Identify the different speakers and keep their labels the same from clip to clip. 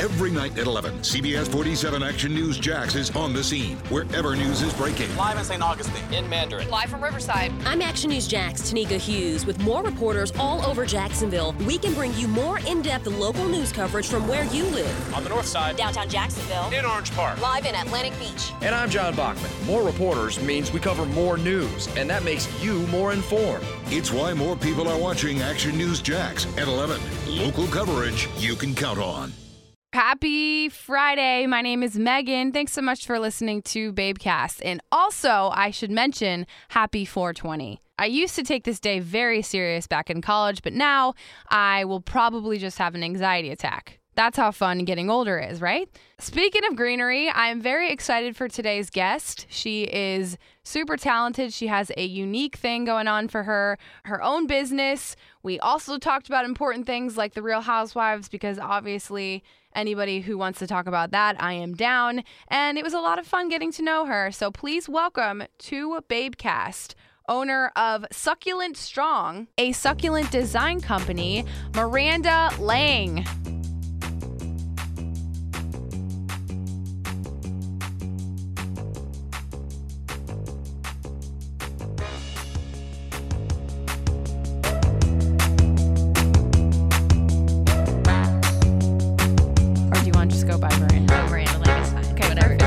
Speaker 1: Every night at 11, CBS 47 Action News Jax is on the scene, wherever news is breaking.
Speaker 2: Live in St. Augustine.
Speaker 3: In Mandarin.
Speaker 4: Live from Riverside.
Speaker 5: I'm Action News Jax Tanika Hughes with more reporters all over Jacksonville. We can bring you more in depth local news coverage from where you live.
Speaker 3: On the north side.
Speaker 6: Downtown Jacksonville.
Speaker 3: In Orange Park.
Speaker 6: Live in Atlantic Beach.
Speaker 7: And I'm John Bachman. More reporters means we cover more news, and that makes you more informed.
Speaker 1: It's why more people are watching Action News Jax at 11. Local coverage you can count on.
Speaker 8: Happy Friday. My name is Megan. Thanks so much for listening to Babecast. And also, I should mention happy 420. I used to take this day very serious back in college, but now I will probably just have an anxiety attack. That's how fun getting older is, right? Speaking of greenery, I'm very excited for today's guest. She is super talented. She has a unique thing going on for her, her own business. We also talked about important things like the Real Housewives because obviously anybody who wants to talk about that, I am down. And it was a lot of fun getting to know her. So please welcome to Babecast owner of Succulent Strong, a succulent design company, Miranda Lang. Or do you want to just go by Miranda?
Speaker 4: Miranda Lane is fine.
Speaker 8: Okay,
Speaker 4: Whatever.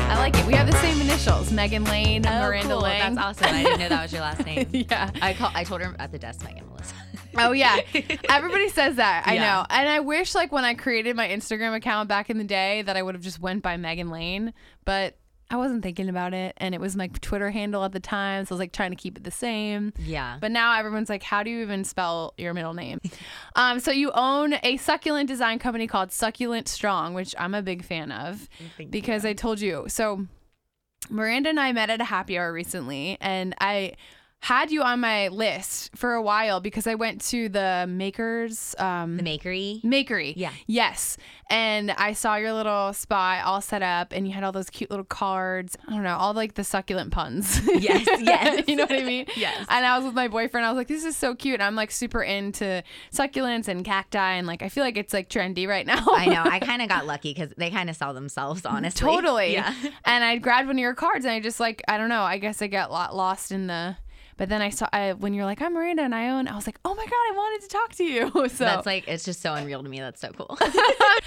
Speaker 8: I like it. We have the same initials Megan Lane,
Speaker 4: Oh,
Speaker 8: Miranda
Speaker 4: cool.
Speaker 8: Lang.
Speaker 4: That's awesome. I didn't know that was your last name.
Speaker 8: yeah.
Speaker 4: I call, I told her at the desk, Megan Melissa.
Speaker 8: Oh yeah. Everybody says that. I
Speaker 4: Yeah.
Speaker 8: know. And I wish like when I created my Instagram account back in the day that I would have just went by Megan Lane, but I wasn't thinking about it and it was my Twitter handle at the time, so I was like trying to keep it the same.
Speaker 4: Yeah.
Speaker 8: But now everyone's like, how do you even spell your middle name? um, so you own a succulent design company called Succulent Strong, which I'm a big fan of because I told you. So Miranda and I met at a happy hour recently, and I had you on my list for a while because I went to the makers. Um,
Speaker 4: the makery.
Speaker 8: Makery.
Speaker 4: Yeah.
Speaker 8: Yes. And I saw your little spot all set up and you had all those cute little cards. I don't know, all like the succulent puns.
Speaker 4: Yes, yes.
Speaker 8: you know what I mean?
Speaker 4: Yes.
Speaker 8: And I was with my boyfriend. I was like, this is so cute. And I'm like super into succulents and cacti and like I feel like it's like trendy right now.
Speaker 4: I know. I kind of got lucky because they kind of sell themselves, honestly.
Speaker 8: Totally.
Speaker 4: Yeah.
Speaker 8: And I grabbed one of your cards and I just like, I don't know, I guess I got lot lost in the. But then I saw I, when you're like, I'm Miranda and I own, I was like, oh my God, I wanted to talk to you. So,
Speaker 4: That's like, it's just so unreal to me. That's so cool.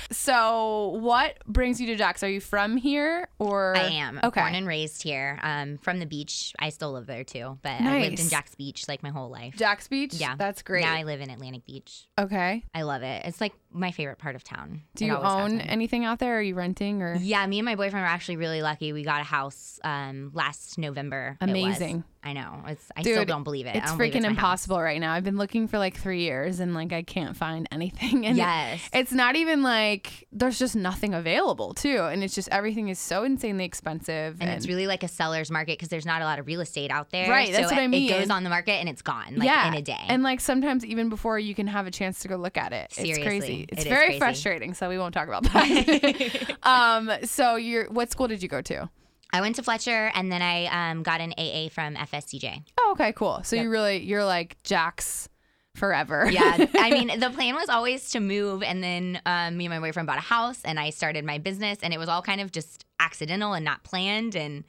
Speaker 8: so what brings you to Jax? Are you from here or?
Speaker 4: I am.
Speaker 8: Okay.
Speaker 4: Born and raised here. Um, from the beach. I still live there too, but I lived in
Speaker 8: Nice.
Speaker 4: Jack's Beach like my whole life.
Speaker 8: Jax Beach?
Speaker 4: yeah.
Speaker 8: That's great.
Speaker 4: Now I live in Atlantic Beach.
Speaker 8: okay.
Speaker 4: I love it. It's like my favorite part of town.
Speaker 8: Do
Speaker 4: It
Speaker 8: you
Speaker 4: always has
Speaker 8: own
Speaker 4: been.
Speaker 8: anything out there? Are you renting or?
Speaker 4: Yeah, me and my boyfriend were actually really lucky. We got a house um, last November. it was.
Speaker 8: Amazing.
Speaker 4: I know. It's I still
Speaker 8: Dude,
Speaker 4: don't believe it. I
Speaker 8: It's
Speaker 4: don't believe
Speaker 8: freaking
Speaker 4: my house.
Speaker 8: impossible right now. I've been looking for like three years and like I can't find anything. And
Speaker 4: Yes.
Speaker 8: It's not even like there's just nothing available too, and it's just everything is so insanely expensive.
Speaker 4: and it's really like a seller's market because there's not a lot of real estate out there.
Speaker 8: Right, that's
Speaker 4: so
Speaker 8: what I
Speaker 4: it-
Speaker 8: mean.
Speaker 4: It goes on the market and it's gone like in a day.
Speaker 8: And like sometimes even before you can have a chance to go look at it,
Speaker 4: Seriously,
Speaker 8: it's crazy.
Speaker 4: it
Speaker 8: It's
Speaker 4: is
Speaker 8: very
Speaker 4: crazy.
Speaker 8: frustrating. So we won't talk about that. um, so you're what school did you go to?
Speaker 4: I went to Fletcher and then I um, got an AA from FSCJ.
Speaker 8: Oh, okay, cool. So you really you're like Jack's forever.
Speaker 4: Yeah, I mean the plan was always to move, and then um, me and my boyfriend bought a house, and I started my business, and it was all kind of just accidental and not planned, and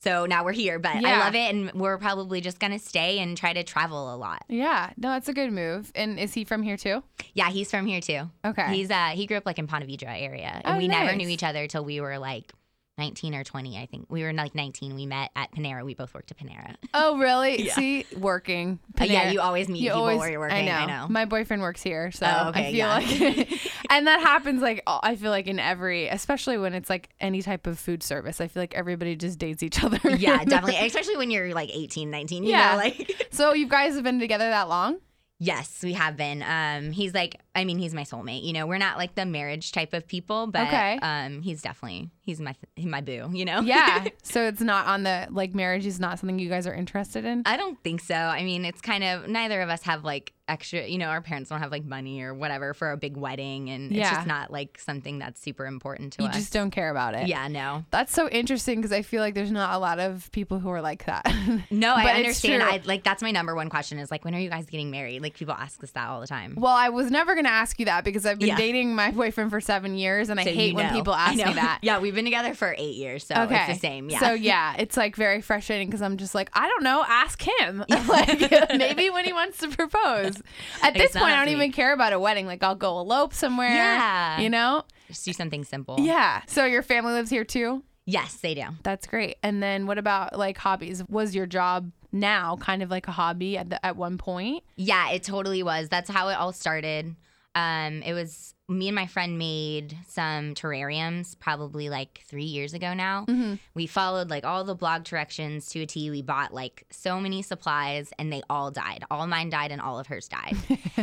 Speaker 4: so now we're here. But
Speaker 8: Yeah.
Speaker 4: I love it, and we're probably just gonna stay and try to travel a lot.
Speaker 8: yeah. No, that's a good move. And is he from here too?
Speaker 4: Yeah, he's from here too.
Speaker 8: Okay.
Speaker 4: he's uh he grew up like in Ponte Vedra area, and
Speaker 8: Oh,
Speaker 4: we never knew
Speaker 8: nice.
Speaker 4: each other till we were like. 19 or 20, I think. We were like 19. We met at Panera. We both worked at Panera.
Speaker 8: Oh, really? See, working.
Speaker 4: Uh, yeah,
Speaker 8: Panera-
Speaker 4: you always meet
Speaker 8: you
Speaker 4: people
Speaker 8: always-
Speaker 4: where you're working.
Speaker 8: I know.
Speaker 4: I know.
Speaker 8: My boyfriend works here, so
Speaker 4: Oh, okay,
Speaker 8: I feel
Speaker 4: yeah.
Speaker 8: like, and that happens like all- I feel like in every, especially when it's like any type of food service. I feel like everybody just dates each other.
Speaker 4: yeah, definitely. Especially when you're like 18, 19. You
Speaker 8: Yeah.
Speaker 4: know, like.
Speaker 8: so you guys have been together that long?
Speaker 4: Yes, we have been. Um, he's like, I mean, he's my soulmate. You know, we're not like the marriage type of people, but
Speaker 8: Okay.
Speaker 4: um, he's definitely he's my he my boo. You know.
Speaker 8: Yeah. so it's not on the
Speaker 4: Uh,
Speaker 8: like marriage is not something you guys are interested in.
Speaker 4: I don't think so. I mean, it's kind of neither of us have like extra, you know, our parents don't have like money or whatever for a big wedding. And it's
Speaker 8: Yeah.
Speaker 4: just not like something that's super important to
Speaker 8: You
Speaker 4: us.
Speaker 8: just don't care about it.
Speaker 4: yeah, no.
Speaker 8: That's so interesting because I feel like there's not a lot of people who are like that.
Speaker 4: No, I
Speaker 8: But it's
Speaker 4: understand.
Speaker 8: true.
Speaker 4: I like that's my number one question is like, when are you guys getting married? Like people ask us that all the time.
Speaker 8: Well, I was never going to ask you that because I've been
Speaker 4: Yeah.
Speaker 8: dating my boyfriend for seven years and I
Speaker 4: So you
Speaker 8: hate when
Speaker 4: know.
Speaker 8: people
Speaker 4: I
Speaker 8: ask me
Speaker 4: know.
Speaker 8: that.
Speaker 4: yeah, we've been together for eight years, so it's the same. Yeah.
Speaker 8: So yeah, it's like very frustrating because I'm just like, I don't know. Ask him. like maybe when he wants to propose. At this
Speaker 4: it's not
Speaker 8: point,
Speaker 4: up
Speaker 8: I
Speaker 4: to
Speaker 8: don't
Speaker 4: me.
Speaker 8: even care about a wedding. Like I'll go elope somewhere.
Speaker 4: Yeah.
Speaker 8: You know.
Speaker 4: just do something simple.
Speaker 8: Yeah. So your family lives here too.
Speaker 4: Yes, they do.
Speaker 8: That's great. And then what about like hobbies? Was your job now kind of like a hobby at the, at one point?
Speaker 4: Yeah, it totally was. That's how it all started. Um, it was me and my friend made some terrariums probably like three years ago now. We followed like all the blog directions to a T. We bought like so many supplies and they all died. All mine died and all of hers died.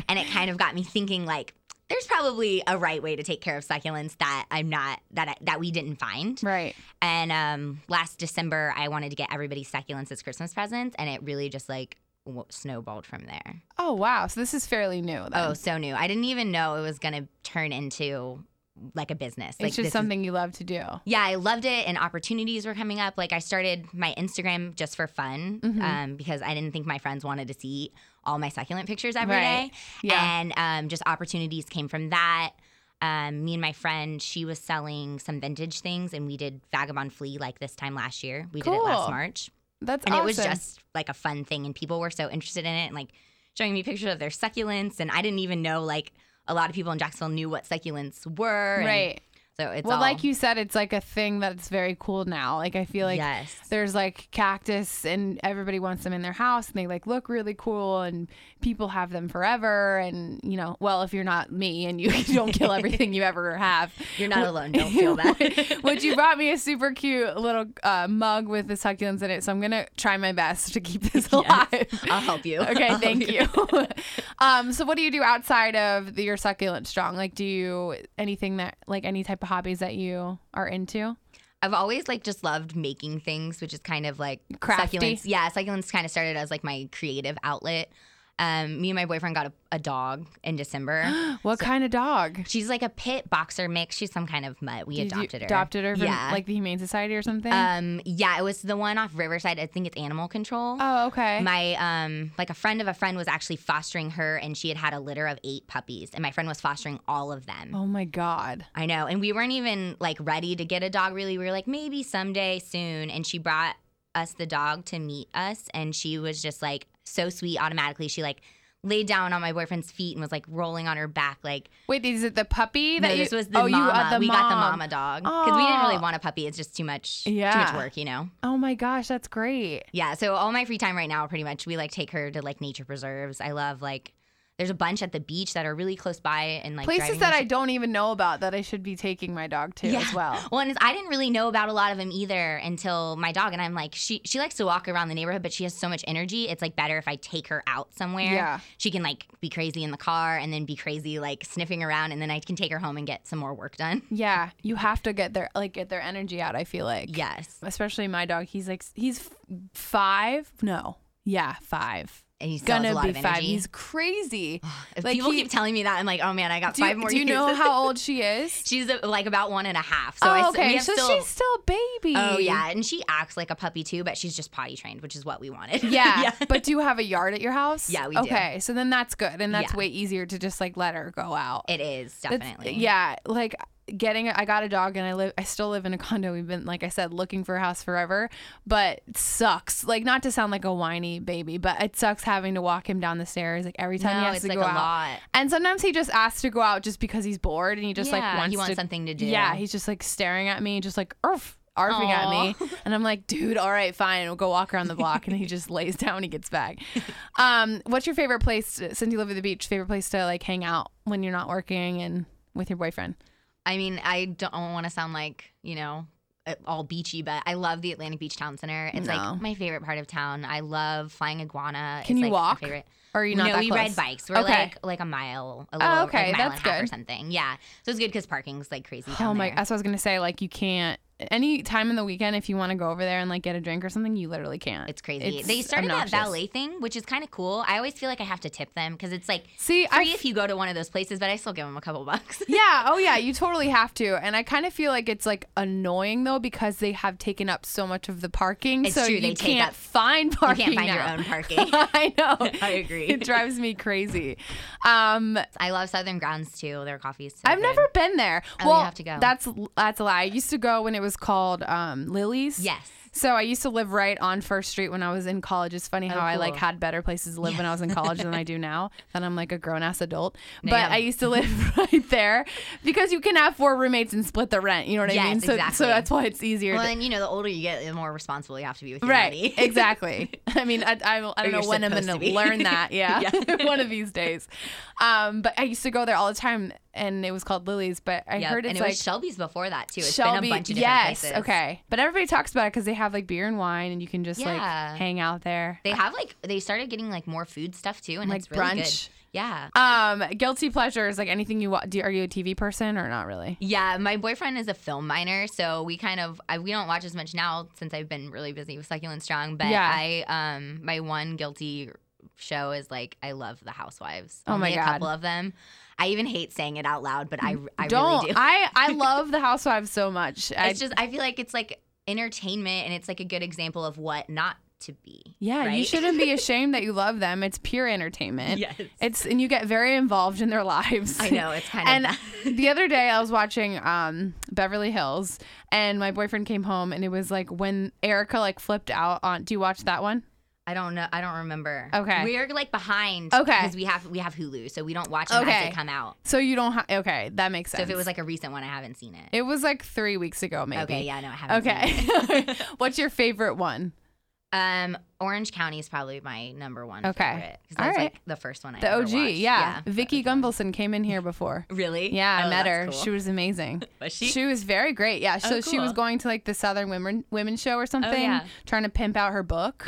Speaker 4: and it kind of got me thinking like, there's probably a right way to take care of succulents that I'm not that I, that we didn't find.
Speaker 8: Right.
Speaker 4: And um, last December, I wanted to get everybody succulents as Christmas presents, and it really just like w- snowballed from there.
Speaker 8: Oh wow. So this is fairly new. Then.
Speaker 4: Oh, so new! I didn't even know it was gonna turn into like a business. like
Speaker 8: it's
Speaker 4: this
Speaker 8: just
Speaker 4: is-
Speaker 8: something you love to do.
Speaker 4: yeah, I loved it, and opportunities were coming up. Like I started my Instagram just for fun
Speaker 8: Mm-hmm.
Speaker 4: um, because I didn't think my friends wanted to see all my succulent pictures every day.
Speaker 8: Right. Yeah.
Speaker 4: and um, just opportunities came from that. Um, me and my friend, she was selling some vintage things, and we did Vagabond Flea like this time last year. We did it
Speaker 8: Cool.
Speaker 4: last March,
Speaker 8: That's
Speaker 4: and
Speaker 8: awesome.
Speaker 4: it was just like a fun thing, and people were so interested in it, and like showing me pictures of their succulents, and I didn't even know like a lot of people in Jacksonville knew what succulents were, and
Speaker 8: right.
Speaker 4: So it's
Speaker 8: well,
Speaker 4: all-
Speaker 8: like you said, it's like a thing that's very cool now. Like I feel like
Speaker 4: Yes.
Speaker 8: there's like cactus, and everybody wants them in their house, and they like look really cool, and people have them forever. And you know, well, if you're not me and you don't kill everything you ever have,
Speaker 4: You're not alone. Don't feel bad.
Speaker 8: Which you brought me a super cute little uh, mug with the succulents in it, so I'm gonna try my best to keep this alive.
Speaker 4: I'll help you.
Speaker 8: Okay,
Speaker 4: I'll help
Speaker 8: thank you. um, so what do you do outside of the, your succulent strong? Like, do you anything that like any type of hobbies that you are into?
Speaker 4: I've always like just loved making things, which is kind of like
Speaker 8: Crafty.
Speaker 4: succulents. Yeah, succulents kind of started as like my creative outlet. Um, me and my boyfriend got a, a dog in December.
Speaker 8: What kind of dog?
Speaker 4: She's like a pit boxer mix. She's some kind of mutt. We
Speaker 8: Did you
Speaker 4: adopted her.
Speaker 8: Adopted her from
Speaker 4: yeah.
Speaker 8: like the Humane Society or something.
Speaker 4: um, yeah, it was the one off Riverside. I think it's Animal Control.
Speaker 8: oh, okay.
Speaker 4: My um like a friend of a friend was actually fostering her and she had had a litter of 8 puppies and my friend was fostering all of them.
Speaker 8: oh my god.
Speaker 4: I know. And we weren't even like ready to get a dog really. We were like, maybe someday soon. And she brought us the dog to meet us. And she was just like so sweet automatically. She like laid down on my boyfriend's feet and was like rolling on her back. Like,
Speaker 8: Wait, is it the puppy that
Speaker 4: no,
Speaker 8: you?
Speaker 4: this was the
Speaker 8: oh,
Speaker 4: mama.
Speaker 8: you uh, the
Speaker 4: we got the
Speaker 8: mom.
Speaker 4: mama dog. Because we didn't really
Speaker 8: Aw.
Speaker 4: want a puppy. It's just too much too
Speaker 8: Yeah.
Speaker 4: much work, you know?
Speaker 8: Oh my gosh, that's great.
Speaker 4: Yeah. So all my free time right now pretty much we like take her to like nature preserves. I love like there's a bunch at the beach that are really close by and like
Speaker 8: Places
Speaker 4: driving
Speaker 8: that
Speaker 4: distance.
Speaker 8: I don't even know about that I should be taking my dog to as well.
Speaker 4: Well, and I didn't really know about a lot of them either until my dog and I'm like, she she likes to walk around the neighborhood, but she has so much energy. It's like better if I take her out somewhere.
Speaker 8: Yeah.
Speaker 4: She can like be crazy in the car and then be crazy like sniffing around and then I can take her home and get some more work done.
Speaker 8: Yeah, you have to get their like get their energy out. I feel like
Speaker 4: Yes.
Speaker 8: especially my dog. He's like he's f- five. No, yeah, five.
Speaker 4: And he still has a
Speaker 8: Gonna
Speaker 4: lot
Speaker 8: be
Speaker 4: of energy.
Speaker 8: five. He's crazy.
Speaker 4: If
Speaker 8: like,
Speaker 4: people
Speaker 8: he-
Speaker 4: keep telling me that I'm like, oh man, I got
Speaker 8: Do,
Speaker 4: five more
Speaker 8: do you
Speaker 4: years.
Speaker 8: know how old she is?
Speaker 4: She's uh, like about one and a half. So
Speaker 8: oh,
Speaker 4: I s- we
Speaker 8: okay.
Speaker 4: have
Speaker 8: So
Speaker 4: still,
Speaker 8: she's still a baby.
Speaker 4: Oh yeah, and she acts like a puppy too, but she's just potty trained, which is what we wanted.
Speaker 8: Yeah, but do you have a yard at your house?
Speaker 4: Yeah, we do.
Speaker 8: okay, Okay, so then that's good, and that's
Speaker 4: Yeah.
Speaker 8: way easier to just like let her go out.
Speaker 4: it is
Speaker 8: That's-
Speaker 4: definitely.
Speaker 8: yeah, like getting. I got a dog, and I live. I still live in a condo. We've been, like I said, looking for a house forever, but it sucks. Like not to sound like a whiny baby, but it sucks having to walk him down the stairs. Like every time he
Speaker 4: No,
Speaker 8: has
Speaker 4: it's
Speaker 8: to
Speaker 4: like
Speaker 8: go
Speaker 4: a
Speaker 8: out.
Speaker 4: lot.
Speaker 8: And sometimes he just asks to go out just because he's bored, and he just
Speaker 4: Yeah,
Speaker 8: like wants
Speaker 4: he wants
Speaker 8: to,
Speaker 4: something to do.
Speaker 8: Yeah, he's just like staring at me, just like arf. Arfing at me, and I'm like, dude, all right, fine, we'll go walk around the block, and he just lays down when he gets back. Um, what's your favorite place since you live at the beach? Favorite place to like hang out when you're not working and with your boyfriend?
Speaker 4: I mean, I don't want to sound like, you know, all beachy, but I love the Atlantic Beach Town Center. It's
Speaker 8: No.
Speaker 4: like my favorite part of town. I love flying iguana.
Speaker 8: Can you
Speaker 4: It's, like, my
Speaker 8: walk?
Speaker 4: favorite.
Speaker 8: Or are you not
Speaker 4: no,
Speaker 8: that
Speaker 4: we
Speaker 8: close?
Speaker 4: ride bikes. We're
Speaker 8: Okay.
Speaker 4: like like a mile, a little, like,
Speaker 8: okay,
Speaker 4: mile
Speaker 8: that's
Speaker 4: and a half or
Speaker 8: good.
Speaker 4: something. Yeah, so it's good because parking's like crazy.
Speaker 8: Oh
Speaker 4: down
Speaker 8: my!
Speaker 4: there.
Speaker 8: That's what I was gonna say. Like you can't any time in the weekend, if you want to go over there and like get a drink or something, you literally can't.
Speaker 4: It's crazy. they started
Speaker 8: obnoxious.
Speaker 4: that valet thing, which is kind of cool. I always feel like I have to tip them because it's like
Speaker 8: See, I
Speaker 4: free if you go to one of those places, but I still give them a couple bucks.
Speaker 8: yeah. Oh, yeah. You totally have to. And I kind of feel like it's like annoying though because they have taken up so much of the parking.
Speaker 4: It's
Speaker 8: so
Speaker 4: true,
Speaker 8: you
Speaker 4: they take
Speaker 8: can't
Speaker 4: up-
Speaker 8: find
Speaker 4: you
Speaker 8: parking.
Speaker 4: can't find your
Speaker 8: now.
Speaker 4: own parking.
Speaker 8: I know.
Speaker 4: I agree.
Speaker 8: It drives me crazy. Um,
Speaker 4: I love Southern Grounds too. Their coffee's so
Speaker 8: I've
Speaker 4: good.
Speaker 8: never been there.
Speaker 4: Oh, you
Speaker 8: well,
Speaker 4: have to go.
Speaker 8: That's that's a lie. I used to go when it was called um, Lily's.
Speaker 4: Yes.
Speaker 8: So I used to live right on First Street when I was in college. It's funny how I like
Speaker 4: Oh, cool.
Speaker 8: had better places to live when I was in college than I do now. That I'm like a grown ass adult. But
Speaker 4: Damn.
Speaker 8: I used to live right there because you can have four roommates and split the rent. You know what
Speaker 4: Yes,
Speaker 8: I mean? So so
Speaker 4: exactly.
Speaker 8: that's why it's easier.
Speaker 4: Well,
Speaker 8: to-
Speaker 4: and you know, the older you get, the more responsible you have to be with your
Speaker 8: Right,
Speaker 4: money.
Speaker 8: exactly. I mean, I, I, I don't
Speaker 4: you're
Speaker 8: know when I'm
Speaker 4: supposed to
Speaker 8: gonna
Speaker 4: be.
Speaker 8: learn that. Yeah, one of these days. Um, but I used to go there all the time, and it was called Lily's. But I
Speaker 4: Yep.
Speaker 8: heard it's
Speaker 4: and it
Speaker 8: like
Speaker 4: was Shelby's before that too. It's been a bunch of different
Speaker 8: yes,
Speaker 4: places.
Speaker 8: okay. But everybody talks about it because they have like beer and wine, and you can just
Speaker 4: Yeah.
Speaker 8: like hang out there.
Speaker 4: They have like they started getting like more food stuff too, and
Speaker 8: Like
Speaker 4: it's really
Speaker 8: brunch?
Speaker 4: good. Yeah.
Speaker 8: Um, guilty pleasures, like anything you wa- do. Are you a TV person or not really?
Speaker 4: Yeah, my boyfriend is a film minor, so we kind of I, we don't watch as much now since I've been really busy with Succulent Strong. But
Speaker 8: Yeah.
Speaker 4: I um my one guilty show is like I love The Housewives.
Speaker 8: Oh my
Speaker 4: Only
Speaker 8: God. Mm,
Speaker 4: a couple of them. I even hate saying it out loud, but I I
Speaker 8: don't.
Speaker 4: really do.
Speaker 8: I I love The Housewives so much. I,
Speaker 4: it's just I feel like it's like entertainment, and it's like a good example of what not to be.
Speaker 8: yeah, you
Speaker 4: right?
Speaker 8: shouldn't be ashamed that you love them. It's pure entertainment.
Speaker 4: Yes.
Speaker 8: It's and you get very involved in their lives.
Speaker 4: I know it's kind
Speaker 8: and
Speaker 4: of.
Speaker 8: the other day I was watching um, Beverly Hills, and my boyfriend came home, and it was like when Erica like flipped out on. Do you watch that one?
Speaker 4: I don't know. I don't remember.
Speaker 8: Okay.
Speaker 4: we're like behind.
Speaker 8: Okay.
Speaker 4: because we have we have Hulu, so we don't watch them as
Speaker 8: Okay.
Speaker 4: they come out.
Speaker 8: So you don't. Ha- okay, that makes
Speaker 4: So
Speaker 8: sense.
Speaker 4: if it was like a recent one, I haven't seen it.
Speaker 8: it was like three weeks ago, maybe.
Speaker 4: Okay, yeah, no, I haven't. Seen it.
Speaker 8: Okay. What's your favorite one?
Speaker 4: Um, Orange County is probably my number one.
Speaker 8: Okay.
Speaker 4: favorite, 'cause that
Speaker 8: All
Speaker 4: was
Speaker 8: right.
Speaker 4: like the first one I
Speaker 8: The
Speaker 4: ever
Speaker 8: OG,
Speaker 4: watched.
Speaker 8: yeah.
Speaker 4: yeah.
Speaker 8: Vicky Gumbelson came in here before.
Speaker 4: Really?
Speaker 8: Yeah, I
Speaker 4: Oh,
Speaker 8: met
Speaker 4: that's
Speaker 8: her.
Speaker 4: cool.
Speaker 8: She was amazing.
Speaker 4: Was she?
Speaker 8: was very great. Yeah. So
Speaker 4: Oh,
Speaker 8: she was
Speaker 4: cool. Oh,
Speaker 8: going to like the Southern Women Women Show or something,
Speaker 4: yeah.
Speaker 8: trying to pimp out her book.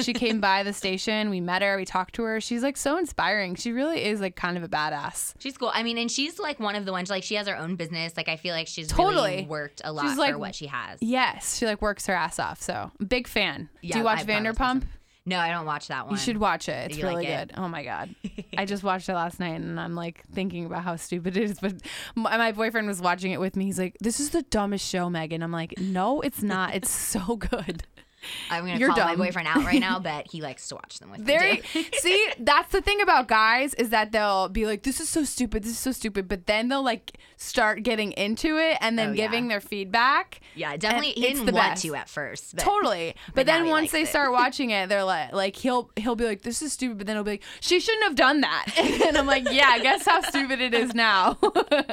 Speaker 8: she came by the station. We met her. We talked to her. She's like so inspiring. She really is like kind of a badass.
Speaker 4: She's cool. I mean, and she's like one of the ones like she has her own business. Like I feel like she's
Speaker 8: Totally.
Speaker 4: really worked a lot
Speaker 8: She's, like-
Speaker 4: for what she has.
Speaker 8: Yes, she like works her ass off. So big fan. Do
Speaker 4: Yeah,
Speaker 8: you watch
Speaker 4: I thought it was
Speaker 8: Vanderpump?
Speaker 4: awesome. No, I don't watch that one.
Speaker 8: You should watch it. It's
Speaker 4: You like
Speaker 8: really
Speaker 4: it?
Speaker 8: good. Oh my god, I just watched it last night, and I'm like thinking about how stupid it is. But my, my boyfriend was watching it with me. He's like, "This is the dumbest show, Megan." I'm like, "No, it's not. It's so good."
Speaker 4: I'm gonna
Speaker 8: You're
Speaker 4: call
Speaker 8: dumb.
Speaker 4: my boyfriend out right now, but he likes to watch them with
Speaker 8: There,
Speaker 4: me. too.
Speaker 8: you- see, that's the thing about guys is that they'll be like, "This is so stupid. This is so stupid," but then they'll like start getting into it and then
Speaker 4: Oh, yeah.
Speaker 8: giving their feedback.
Speaker 4: Yeah,
Speaker 8: And
Speaker 4: definitely. He
Speaker 8: it's
Speaker 4: didn't
Speaker 8: the
Speaker 4: want
Speaker 8: best.
Speaker 4: to at first. But
Speaker 8: totally. But,
Speaker 4: but now
Speaker 8: then
Speaker 4: he
Speaker 8: once they
Speaker 4: likes it.
Speaker 8: start watching it, they're like, like he'll he'll be like, "This is stupid," but then he'll be like, "She shouldn't have done that." and I'm like, "Yeah, guess how stupid it is now."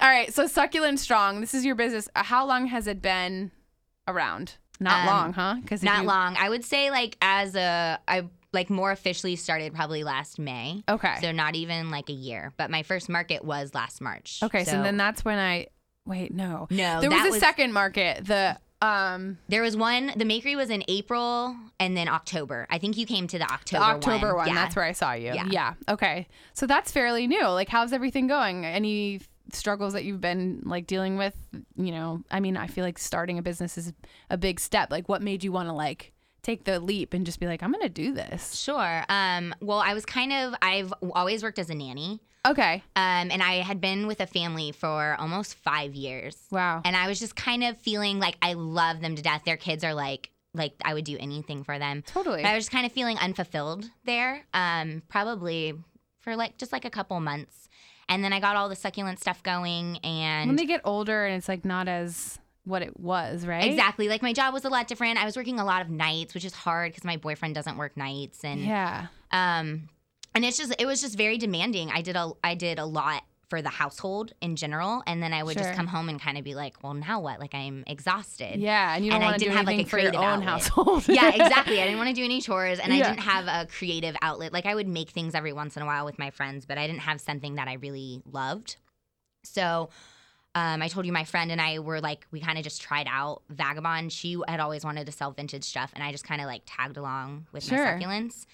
Speaker 8: All right, so succulent strong. This is your business. Uh, How long has it been around? Not
Speaker 4: Um,
Speaker 8: long, huh? Because
Speaker 4: not long. I would say like as a I like more officially started probably last May.
Speaker 8: Okay.
Speaker 4: So not even like a year, but my first market was last March.
Speaker 8: okay, so, then that's when I wait. No,
Speaker 4: No,
Speaker 8: There
Speaker 4: that
Speaker 8: was a
Speaker 4: was-
Speaker 8: second market. The um
Speaker 4: there was one. The makery was in April and then October. I think you came to the
Speaker 8: the
Speaker 4: October.
Speaker 8: October one.
Speaker 4: Yeah.
Speaker 8: That's where I saw you. Yeah.
Speaker 4: Yeah.
Speaker 8: Okay. So that's fairly new. Like, how's everything going? Any struggles that you've been like dealing with? You know, I mean, I feel like starting a business is a big step. Like, what made you want to like take the leap and just be like, I'm gonna do this?
Speaker 4: Sure. Um, well, I was kind of, I've always worked as a nanny.
Speaker 8: Okay.
Speaker 4: Um, and I had been with a family for almost five years.
Speaker 8: Wow.
Speaker 4: And I was just kind of feeling like I love them to death. Their kids are like, like I would do anything for them.
Speaker 8: Totally.
Speaker 4: But I was just kind of feeling unfulfilled there, um, probably for like just like a couple months. And then I got all the succulent stuff going and
Speaker 8: when they get older and it's like not as what it was, right?
Speaker 4: exactly like my job was a lot different. I was working a lot of nights, which is hard because my boyfriend doesn't work nights and
Speaker 8: Yeah.
Speaker 4: um and it's just it was just very demanding. I did a I did a lot for the household in general and then I would
Speaker 8: Sure.
Speaker 4: just come home and kind of be like, well, now what? Like I'm exhausted.
Speaker 8: Yeah, and you don't
Speaker 4: And I
Speaker 8: want to do
Speaker 4: didn't have, like, a
Speaker 8: anything for your
Speaker 4: creative
Speaker 8: own
Speaker 4: outlet.
Speaker 8: household.
Speaker 4: yeah, exactly. I didn't want to do any chores and
Speaker 8: Yeah.
Speaker 4: I didn't have a creative outlet. Like I would make things every once in a while with my friends, but I didn't have something that I really loved. So um, I told you my friend and I were like, we kind of just tried out Vagabond. She had always wanted to sell vintage stuff, and I just kind of like tagged along with
Speaker 8: Sure.
Speaker 4: my succulents.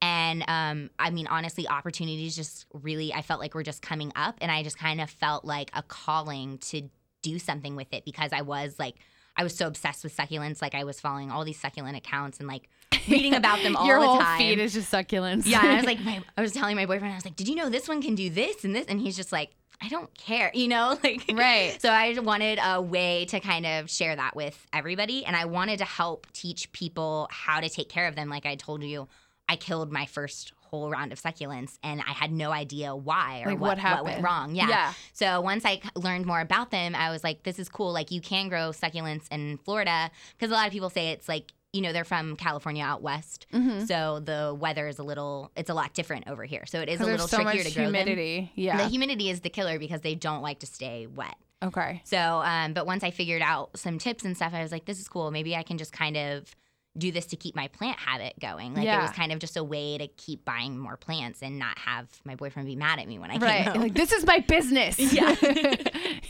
Speaker 4: And um, I mean, honestly, opportunities just really, I felt like were just coming up, and I just kind of felt like a calling to do something with it because I was like I was so obsessed with succulents. Like I was following all these succulent accounts and like reading about them all
Speaker 8: Your
Speaker 4: the
Speaker 8: whole
Speaker 4: time.
Speaker 8: feed is just succulents.
Speaker 4: yeah, and I was like, my, I was telling my boyfriend, I was like, did you know this one can do this and this? And he's just like, I don't care, you know, like
Speaker 8: Right.
Speaker 4: So I wanted a way to kind of share that with everybody, and I wanted to help teach people how to take care of them. Like I told you, I killed my first whole round of succulents, and I had no idea why or
Speaker 8: Like, what
Speaker 4: what,
Speaker 8: happened?
Speaker 4: went wrong. Yeah.
Speaker 8: Yeah.
Speaker 4: So once I c- learned more about them, I was like, this is cool. Like you can grow succulents in Florida because a lot of people say it's like. You know, they're from California out west.
Speaker 8: Mhm.
Speaker 4: So the weather is a little, it's a lot different over here. So it is a
Speaker 8: There's
Speaker 4: little
Speaker 8: so
Speaker 4: trickier
Speaker 8: much
Speaker 4: to grow them.
Speaker 8: humidity.
Speaker 4: And The
Speaker 8: Yeah.
Speaker 4: humidity is the killer because they don't like to stay wet.
Speaker 8: okay.
Speaker 4: So, um, but once I figured out some tips and stuff, I was like, this is cool. Maybe I can just kind of do this to keep my plant habit going. Like it
Speaker 8: Yeah.
Speaker 4: was kind of just a way to keep buying more plants and not have my boyfriend be mad at me when I
Speaker 8: Right.
Speaker 4: came home.
Speaker 8: Like this is my business. Yeah.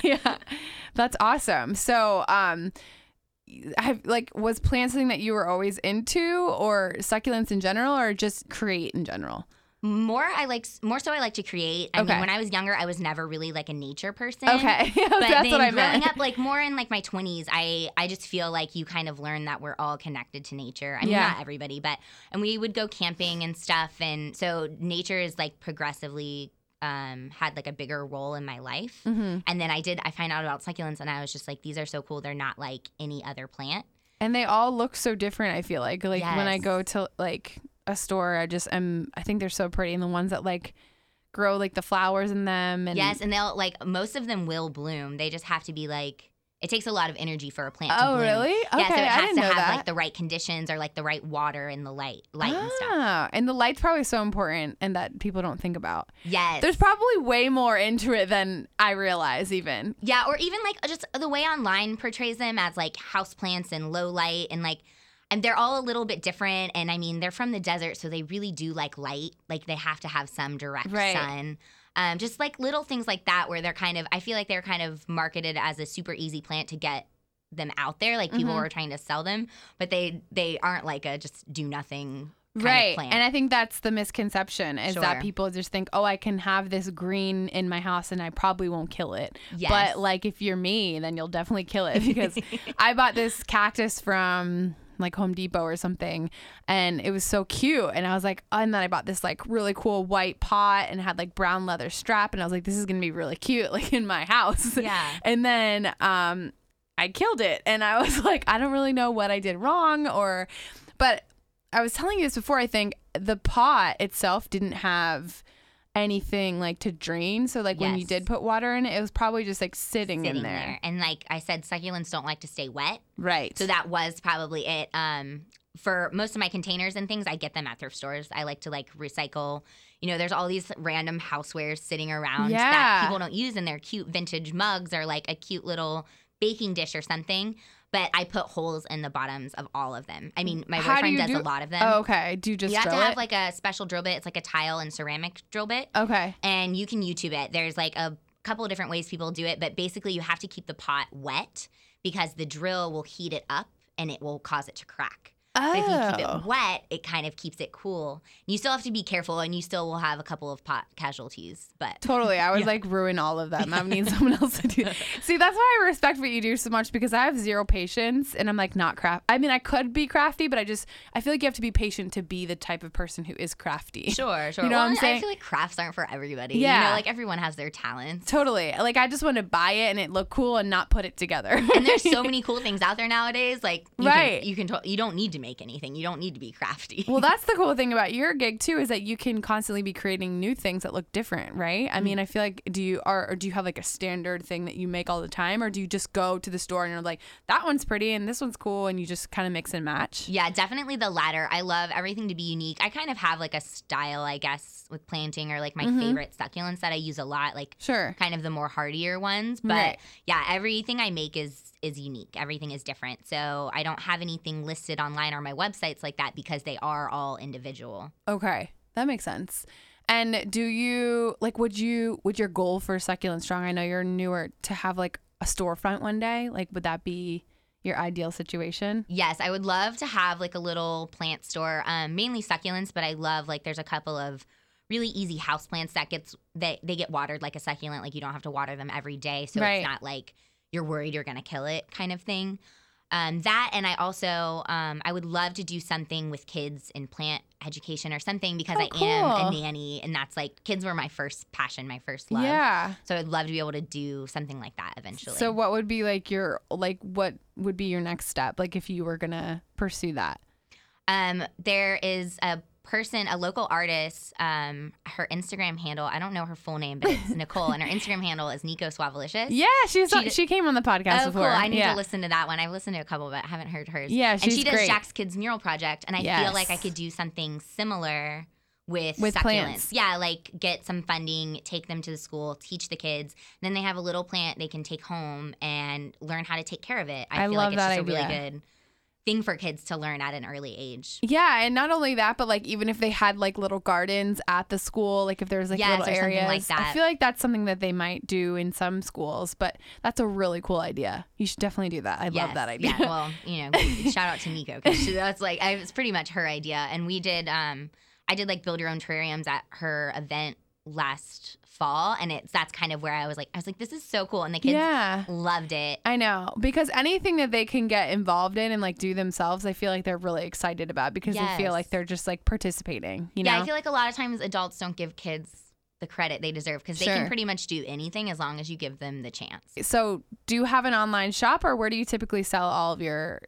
Speaker 8: yeah. That's awesome. So, um have like was plant something that you were always into or succulents in general or just create in general?
Speaker 4: More I like more so I like to create. I
Speaker 8: Okay.
Speaker 4: mean, when I was younger, I was never really like a nature person.
Speaker 8: Okay.
Speaker 4: But
Speaker 8: That's
Speaker 4: then
Speaker 8: what I
Speaker 4: growing
Speaker 8: meant.
Speaker 4: up, like more in like my twenties, I I just feel like you kind of learn that we're all connected to nature. I mean,
Speaker 8: Yeah.
Speaker 4: not everybody, but and we would go camping and stuff, and so nature is like progressively um, had like a bigger role in my life.
Speaker 8: Mhm.
Speaker 4: And then I did I find out about succulents, and I was just like, these are so cool. They're not like any other plant.
Speaker 8: And they all look so different, I feel like. Like when I
Speaker 4: Yes.
Speaker 8: go to like a store, I just am I think they're so pretty and the ones that like grow like the flowers in them and
Speaker 4: yes, and they'll like most of them will bloom. They just have to be like. It takes a lot of energy for a plant to
Speaker 8: Oh,
Speaker 4: bloom.
Speaker 8: really? Okay,
Speaker 4: yeah, so it
Speaker 8: I
Speaker 4: has
Speaker 8: didn't
Speaker 4: to
Speaker 8: know
Speaker 4: have
Speaker 8: that.
Speaker 4: like the right conditions or like the right water and the light, light and stuff.
Speaker 8: Ah, and the light's probably so important and that people don't think about.
Speaker 4: Yes.
Speaker 8: There's probably way more into it than I realize, even.
Speaker 4: Yeah, or even like just the way online portrays them as like houseplants and low light and like and they're all a little bit different and I mean they're from the desert so they really do like light. Like they have to have some direct
Speaker 8: Right.
Speaker 4: sun. Um, just like little things like that where they're kind of I feel like they're kind of marketed as a super easy plant to get them out there. Like people
Speaker 8: Mhm.
Speaker 4: are trying to sell them, but they they aren't like a just do nothing kind of plant.
Speaker 8: And I think that's the misconception is that
Speaker 4: Sure.
Speaker 8: people just think, oh, I can have this green in my house and I probably won't kill it.
Speaker 4: Yes.
Speaker 8: But like if you're me, then you'll definitely kill it because I bought this cactus from like Home Depot or something and it was so cute and I was like and then I bought this like really cool white pot and had like brown leather strap and I was like this is going to be really cute like in my house.
Speaker 4: Yeah.
Speaker 8: And then um I killed it. And I was like, I don't really know what I did wrong or but I was telling you this before, I think the pot itself didn't have anything like to drain. So like when you
Speaker 4: Yes.
Speaker 8: did put water in it, it was probably just like sitting,
Speaker 4: sitting
Speaker 8: in there.
Speaker 4: there. And like I said, succulents don't like to stay wet.
Speaker 8: Right.
Speaker 4: So that was probably it. Um, for most of my containers and things, I get them at thrift stores. I like to like recycle. You know, there's all these random housewares sitting around
Speaker 8: Yeah.
Speaker 4: that people don't use, and they're cute vintage mugs or like a cute little baking dish or something. But I put holes in the bottoms of all of them. I mean, my
Speaker 8: How do
Speaker 4: boyfriend
Speaker 8: you
Speaker 4: does
Speaker 8: do-
Speaker 4: a lot of them.
Speaker 8: Oh, okay. Do you just
Speaker 4: you have to
Speaker 8: drill
Speaker 4: have
Speaker 8: it?
Speaker 4: like a special drill bit. It's like a tile and ceramic drill bit
Speaker 8: Okay.
Speaker 4: and you can YouTube it. There's like a couple of different ways people do it, but basically you have to keep the pot wet because the drill will heat it up and it will cause it to crack.
Speaker 8: Oh.
Speaker 4: But if you keep it wet, it kind of keeps it cool. You still have to be careful and you still will have a couple of pot casualties, but
Speaker 8: Totally. I would like ruin all of them. I would need someone else to do that. See, that's why I respect what you do so much because I have zero patience and I'm like not craft. I mean, I could be crafty, but I just, I feel like you have to be patient to be the type of person who is crafty.
Speaker 4: sure, sure.
Speaker 8: You know
Speaker 4: well,
Speaker 8: what I'm
Speaker 4: and
Speaker 8: saying?
Speaker 4: I feel like crafts aren't for everybody. You
Speaker 8: Yeah.
Speaker 4: know, like everyone has their talents.
Speaker 8: Totally. Like I just want to buy it and it look cool and not put it together.
Speaker 4: And there's so many cool things out there nowadays. Like, you
Speaker 8: Right.
Speaker 4: Can, you can. To- you don't need to make anything. You don't need to be crafty.
Speaker 8: well, that's the cool thing about your gig too is that you can constantly be creating new things that look different, right? I
Speaker 4: Mm.
Speaker 8: mean, I feel like do you are or do you have like a standard thing that you make all the time or do you just go to the store and you're like that one's pretty and this one's cool and you just kind of mix and match?
Speaker 4: Yeah, definitely the latter. I love everything to be unique. I kind of have like a style, I guess, with planting or like my favorite succulents that I use a lot, like
Speaker 8: Mm-hmm. Sure.
Speaker 4: kind of the more hardier ones. But
Speaker 8: Right.
Speaker 4: yeah, everything I make is is unique. Everything is different. So I don't have anything listed online or my websites like that because they are all individual.
Speaker 8: Okay. That makes sense. And do you like would you would your goal for succulent strong? I know you're newer to have like a storefront one day. Like would that be your ideal situation?
Speaker 4: Yes, I would love to have like a little plant store, um, mainly succulents, but I love like there's a couple of really easy house plants that gets that they get watered like a succulent, like you don't have to water them every day, so
Speaker 8: Right.
Speaker 4: it's not like you're worried you're gonna kill it kind of thing. Um, that and I also um, I would love to do something with kids in plant education or something because
Speaker 8: Oh,
Speaker 4: I am
Speaker 8: cool.
Speaker 4: a nanny and that's like kids were my first passion, my first love.
Speaker 8: Yeah.
Speaker 4: So I'd love to be able to do something like that eventually.
Speaker 8: So what would be like your like what would be your next step like if you were going to pursue that?
Speaker 4: Um, there is a person, a local artist. Um, her Instagram handle, I don't know her full name, but it's Nicole, and her Instagram handle is Nico Swavalicious.
Speaker 8: Yeah, she's she,
Speaker 4: She d-
Speaker 8: she came on the podcast
Speaker 4: Oh,
Speaker 8: before.
Speaker 4: cool. I need
Speaker 8: yeah.
Speaker 4: to listen to that one. I've listened to a couple, but I haven't heard hers.
Speaker 8: Yeah,
Speaker 4: and
Speaker 8: she's
Speaker 4: she does
Speaker 8: great.
Speaker 4: Jack's Kids Mural Project, and I
Speaker 8: Yes.
Speaker 4: feel like I could do something similar with,
Speaker 8: With
Speaker 4: succulents.
Speaker 8: plants.
Speaker 4: Yeah, like get some funding, take them to the school, teach the kids. Then they have a little plant they can take home and learn how to take care of it. I,
Speaker 8: I
Speaker 4: feel
Speaker 8: love
Speaker 4: like it's
Speaker 8: that
Speaker 4: just a
Speaker 8: idea.
Speaker 4: really good thing for kids to learn at an early age.
Speaker 8: Yeah, and not only that, but like even if they had like little gardens at the school, like if there's like
Speaker 4: Yes,
Speaker 8: little
Speaker 4: or something
Speaker 8: areas,
Speaker 4: like
Speaker 8: I
Speaker 4: that.
Speaker 8: feel like that's something that they might do in some schools. But that's a really cool idea. You should definitely do that. I love
Speaker 4: Yes,
Speaker 8: that idea.
Speaker 4: Yeah, well, you know, shout out to Nico because that's like I, it's pretty much her idea. And we did, um, I did like build your own terrariums at her event last fall, and it's that's kind of where I was like, I was like, this is so cool, and the kids
Speaker 8: yeah.
Speaker 4: loved it.
Speaker 8: I know because anything that they can get involved in and like do themselves, I feel like they're really excited about because they feel
Speaker 4: Yes.
Speaker 8: like they're just like participating. You know,
Speaker 4: Yeah, I feel like a lot of times adults don't give kids the credit they deserve because they
Speaker 8: Sure.
Speaker 4: can pretty much do anything as long as you give them the chance.
Speaker 8: so do you have an online shop or where do you typically sell all of your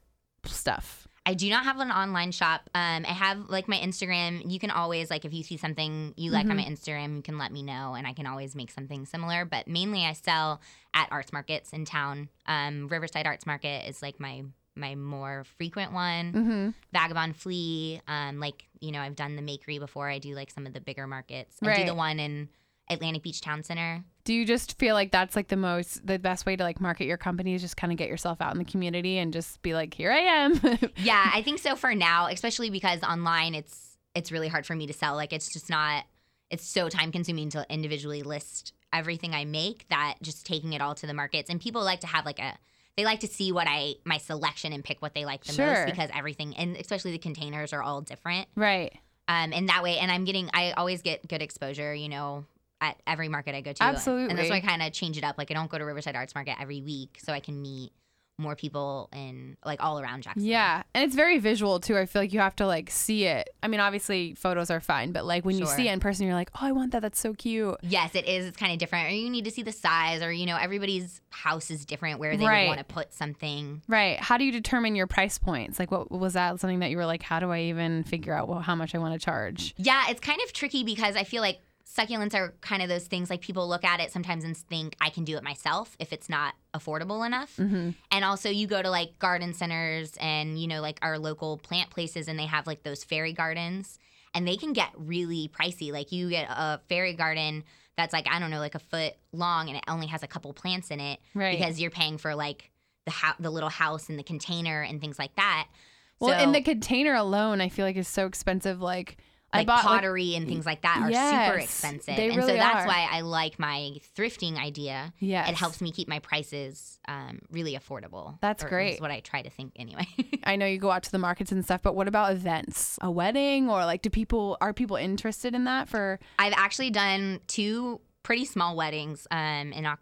Speaker 8: stuff?
Speaker 4: I do not have an online shop. Um, I have like my Instagram. You can always like if you see something you
Speaker 8: Mm-hmm.
Speaker 4: like on my Instagram, you can let me know, and I can always make something similar. But mainly, I sell at arts markets in town. Um, Riverside Arts Market is like my my more frequent one.
Speaker 8: Mm-hmm.
Speaker 4: Vagabond Flea, um, like you know, I've done the Makery before. I do like some of the bigger markets. I do
Speaker 8: Right.
Speaker 4: the one in Atlantic Beach Town Center.
Speaker 8: Do you just feel like that's like the most the best way to like market your company is just kind of get yourself out in the community and just be like, here I am.
Speaker 4: yeah i think so for now especially because online it's it's really hard for me to sell like it's just not it's so time consuming to individually list everything i make that just taking it all to the markets and people like to have like a they like to see what i my selection and pick what they like the
Speaker 8: Sure.
Speaker 4: most because everything and especially the containers are all different
Speaker 8: right.
Speaker 4: um and that way and i'm getting i always get good exposure you know at every market i go to and that's why
Speaker 8: Absolutely.
Speaker 4: i kind of change it up like i don't go to riverside arts market every week so i can meet more people and like all around jacksonville
Speaker 8: Yeah. And it's very visual too. I feel like you have to like see it. I mean, obviously photos are fine, but like when you
Speaker 4: Sure.
Speaker 8: see it in person, you're like, oh, I want that. That's so cute.
Speaker 4: Yes, it is. It's kind of different. Or you need to see the size, or you know, everybody's house is different where they
Speaker 8: Right.
Speaker 4: would want to put something.
Speaker 8: Right. How do you determine your price points? Like, what was that something that you were like, how do I even figure out well, how much I want to charge?
Speaker 4: Yeah, it's kind of tricky because I feel like succulents are kind of those things like people look at it sometimes and think I can do it myself if it's not affordable enough.
Speaker 8: Mm-hmm.
Speaker 4: And also, you go to like garden centers and you know, like our local plant places, and they have like those fairy gardens, and they can get really pricey. Like, you get a fairy garden that's like, I don't know, like a foot long and it only has a couple plants in it
Speaker 8: Right.
Speaker 4: because you're paying for like the, ho- the little house and the container and things like that.
Speaker 8: Well,
Speaker 4: so,
Speaker 8: and the container alone, I feel like is so expensive. Like, I
Speaker 4: like
Speaker 8: bought like,
Speaker 4: pottery and things like that are super
Speaker 8: Yes,
Speaker 4: expensive.
Speaker 8: they
Speaker 4: and
Speaker 8: really
Speaker 4: so that's
Speaker 8: are.
Speaker 4: why I like my thrifting idea.
Speaker 8: Yes.
Speaker 4: It helps me keep my prices um, really affordable.
Speaker 8: That's
Speaker 4: or is
Speaker 8: great.
Speaker 4: what I try to think anyway.
Speaker 8: I know you go out to the markets and stuff, but what about events? A wedding or like do people are people interested in that for
Speaker 4: I've actually done two pretty small weddings um, in Oc-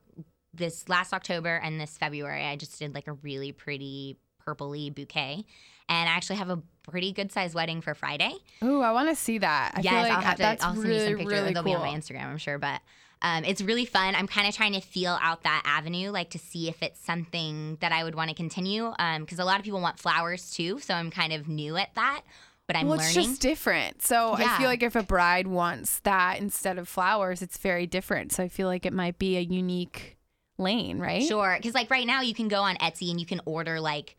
Speaker 4: this last October and this February. I just did like a really pretty purpley bouquet. And I actually have a pretty good sized wedding for Friday.
Speaker 8: Ooh, I want to see that. I
Speaker 4: yes,
Speaker 8: feel like
Speaker 4: I'll have to.
Speaker 8: that's
Speaker 4: I'll send you
Speaker 8: really
Speaker 4: some pictures.
Speaker 8: really
Speaker 4: They'll
Speaker 8: cool.
Speaker 4: be on my Instagram, I'm sure. But um, it's really fun. I'm kind of trying to feel out that avenue, like to see if it's something that I would want to continue. Because a lot of people want flowers too, so I'm kind of new at that. But I'm
Speaker 8: well,
Speaker 4: learning.
Speaker 8: it's just different. So I
Speaker 4: Yeah.
Speaker 8: feel like if a bride wants that instead of flowers, it's very different. So I feel like it might be a unique lane, right?
Speaker 4: Sure, because like right now you can go on Etsy and you can order like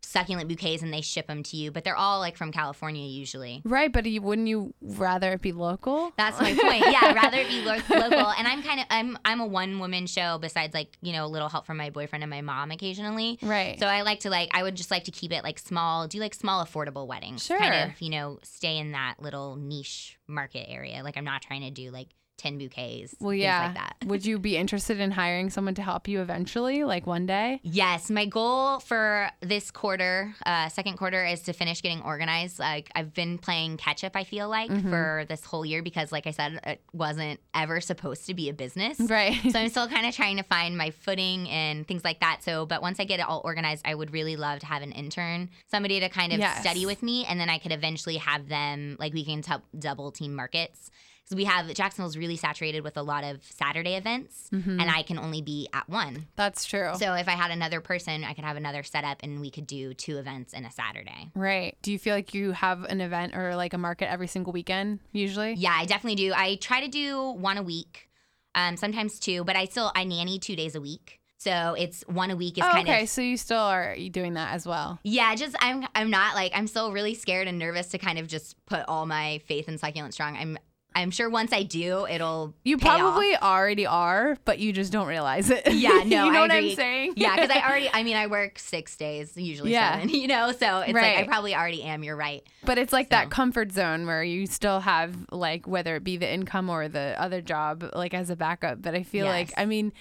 Speaker 4: succulent bouquets and they ship them to you, but they're all like from California usually.
Speaker 8: Right, but you, wouldn't you rather it be local?
Speaker 4: That's my point. Yeah, rather it be lo- local. And I'm kind of I'm I'm a one woman show besides like you know a little help from my boyfriend and my mom occasionally.
Speaker 8: Right.
Speaker 4: So I like to like I would just like to keep it like small, do like small affordable weddings.
Speaker 8: Sure.
Speaker 4: Kind of you know stay in that little niche market area. Like I'm not trying to do like ten bouquets.
Speaker 8: Well,
Speaker 4: things
Speaker 8: yeah.
Speaker 4: like that.
Speaker 8: Would you be interested in hiring someone to help you eventually, like one day?
Speaker 4: Yes, my goal for this quarter, uh, second quarter, is to finish getting organized. Like I've been playing catch up. I feel like
Speaker 8: Mm-hmm.
Speaker 4: for this whole year because, like I said, it wasn't ever supposed to be a business.
Speaker 8: Right.
Speaker 4: so I'm still kind of trying to find my footing and things like that. So, but once I get it all organized, I would really love to have an intern, somebody to kind of
Speaker 8: Yes.
Speaker 4: study with me, and then I could eventually have them like we can t- double team markets. So we have Jacksonville's really saturated with a lot of Saturday events,
Speaker 8: Mm-hmm.
Speaker 4: and I can only be at one.
Speaker 8: That's true.
Speaker 4: So if I had another person, I could have another setup, and we could do two events in a Saturday.
Speaker 8: right. Do you feel like you have an event or like a market every single weekend usually?
Speaker 4: Yeah, I definitely do. I try to do one a week, um, sometimes two, but I still I nanny two days a week. So it's one a week is
Speaker 8: Oh,
Speaker 4: kind
Speaker 8: okay.
Speaker 4: of
Speaker 8: so you still are doing that as well.
Speaker 4: Yeah, just I'm I'm not like I'm still really scared and nervous to kind of just put all my faith in succulent strong. I'm I'm sure once I do, it'll
Speaker 8: You
Speaker 4: pay off.
Speaker 8: probably already are, but you just don't realize it.
Speaker 4: yeah no
Speaker 8: you know
Speaker 4: I
Speaker 8: what
Speaker 4: agree.
Speaker 8: I'm saying?
Speaker 4: yeah because I already I mean I work six days usually
Speaker 8: Yeah.
Speaker 4: seven you know so it's like I
Speaker 8: Right.
Speaker 4: probably already am. You're right.
Speaker 8: But it's like that comfort zone where you still have like whether it be the income or the other job like as a backup. But I feel like
Speaker 4: Yes.
Speaker 8: I mean,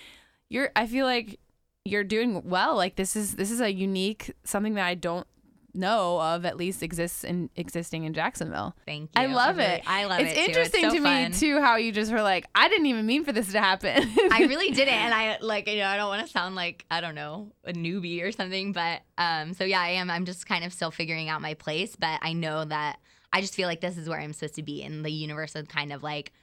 Speaker 8: you're I feel like you're doing well. Like this is this is a unique something that I don't know of at least exists in existing in Jacksonville.
Speaker 4: Thank you.
Speaker 8: I love
Speaker 4: really-
Speaker 8: it.
Speaker 4: I love
Speaker 8: it's
Speaker 4: it. too.
Speaker 8: interesting
Speaker 4: so
Speaker 8: to
Speaker 4: fun.
Speaker 8: me too how you just were like, I didn't even mean for this to happen.
Speaker 4: I really did it, and I like you know I don't want to sound like I don't know a newbie or something, but um so yeah I am I'm just kind of still figuring out my place, but I know that I just feel like this is where I'm supposed to be, and the universe is kind of like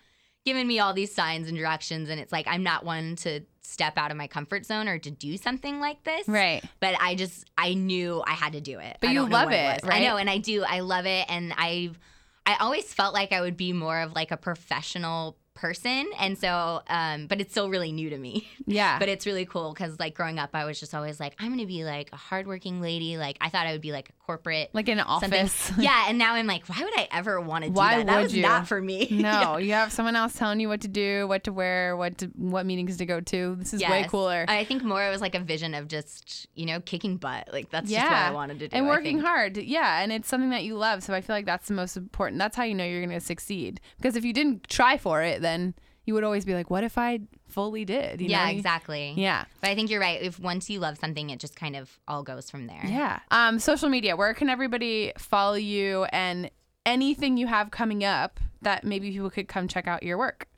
Speaker 4: giving me all these signs and directions, and it's like I'm not one to step out of my comfort zone or to do something like this,
Speaker 8: Right.
Speaker 4: But I just I knew I had to do it.
Speaker 8: But
Speaker 4: I
Speaker 8: you
Speaker 4: don't know
Speaker 8: love
Speaker 4: what
Speaker 8: it,
Speaker 4: was. I know,
Speaker 8: right?
Speaker 4: and I do. I love it, and I've I always felt like I would be more of like a professional person, and so um, but it's still really new to me.
Speaker 8: Yeah.
Speaker 4: but it's really cool because like growing up, I was just always like, I'm gonna be like a hardworking lady. Like I thought I would be like a corporate.
Speaker 8: like in an
Speaker 4: something.
Speaker 8: office.
Speaker 4: yeah, and now I'm like, why would I ever want to do
Speaker 8: Why
Speaker 4: that? That
Speaker 8: would
Speaker 4: was
Speaker 8: you?
Speaker 4: not for me.
Speaker 8: No, you have someone else telling you what to do, what to wear, what to, what meetings to go to. This is way
Speaker 4: Yes.
Speaker 8: cooler.
Speaker 4: I think more it was like a vision of just you know kicking butt. Like that's
Speaker 8: yeah,
Speaker 4: just what I wanted to do.
Speaker 8: and
Speaker 4: I
Speaker 8: working
Speaker 4: think.
Speaker 8: hard. Yeah, and it's something that you love. So I feel like that's the most important. That's how you know you're going to succeed. Because if you didn't try for it, then you would always be like, "What if I fully did?" You
Speaker 4: yeah,
Speaker 8: know?
Speaker 4: exactly.
Speaker 8: Yeah.
Speaker 4: But I think you're right. If once you love something, it just kind of all goes from there.
Speaker 8: Yeah. Um, social media. Where can everybody follow you and anything you have coming up that maybe people could come check out your work?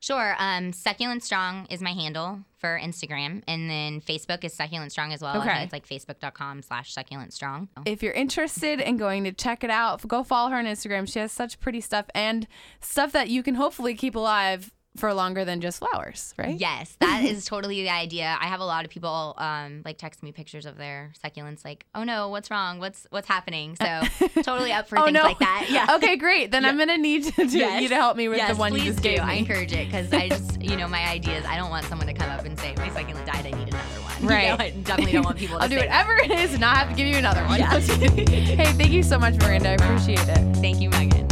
Speaker 4: Sure. Um, succulent strong is my handle for Instagram, and then Facebook is succulent strong as well. I think
Speaker 8: Okay.
Speaker 4: It's like facebook.com slash succulent strong.
Speaker 8: If you're interested in going to check it out, go follow her on Instagram. She has such pretty stuff and stuff that you can hopefully keep alive for longer than just flowers, right?
Speaker 4: Yes, that is totally the idea. I have a lot of people um, like text me pictures of their succulents, like, "Oh no, what's wrong? What's what's happening?" So totally up for
Speaker 8: oh
Speaker 4: things
Speaker 8: no.
Speaker 4: like that. Yeah.
Speaker 8: Okay, great. Then I'm gonna need to, to-
Speaker 4: Yes.
Speaker 8: you to help me with
Speaker 4: yes,
Speaker 8: the one you
Speaker 4: please
Speaker 8: just
Speaker 4: do.
Speaker 8: gave
Speaker 4: I
Speaker 8: me.
Speaker 4: encourage it because I just, you know, my ideas. I don't want someone to come up and say my succulent died. I need another one. You know,
Speaker 8: Right.
Speaker 4: I definitely don't want people. To
Speaker 8: I'll do
Speaker 4: say that.
Speaker 8: whatever it is, and not have to give you another one. hey, thank you so much, Miranda. I appreciate it.
Speaker 4: Thank you, Megan.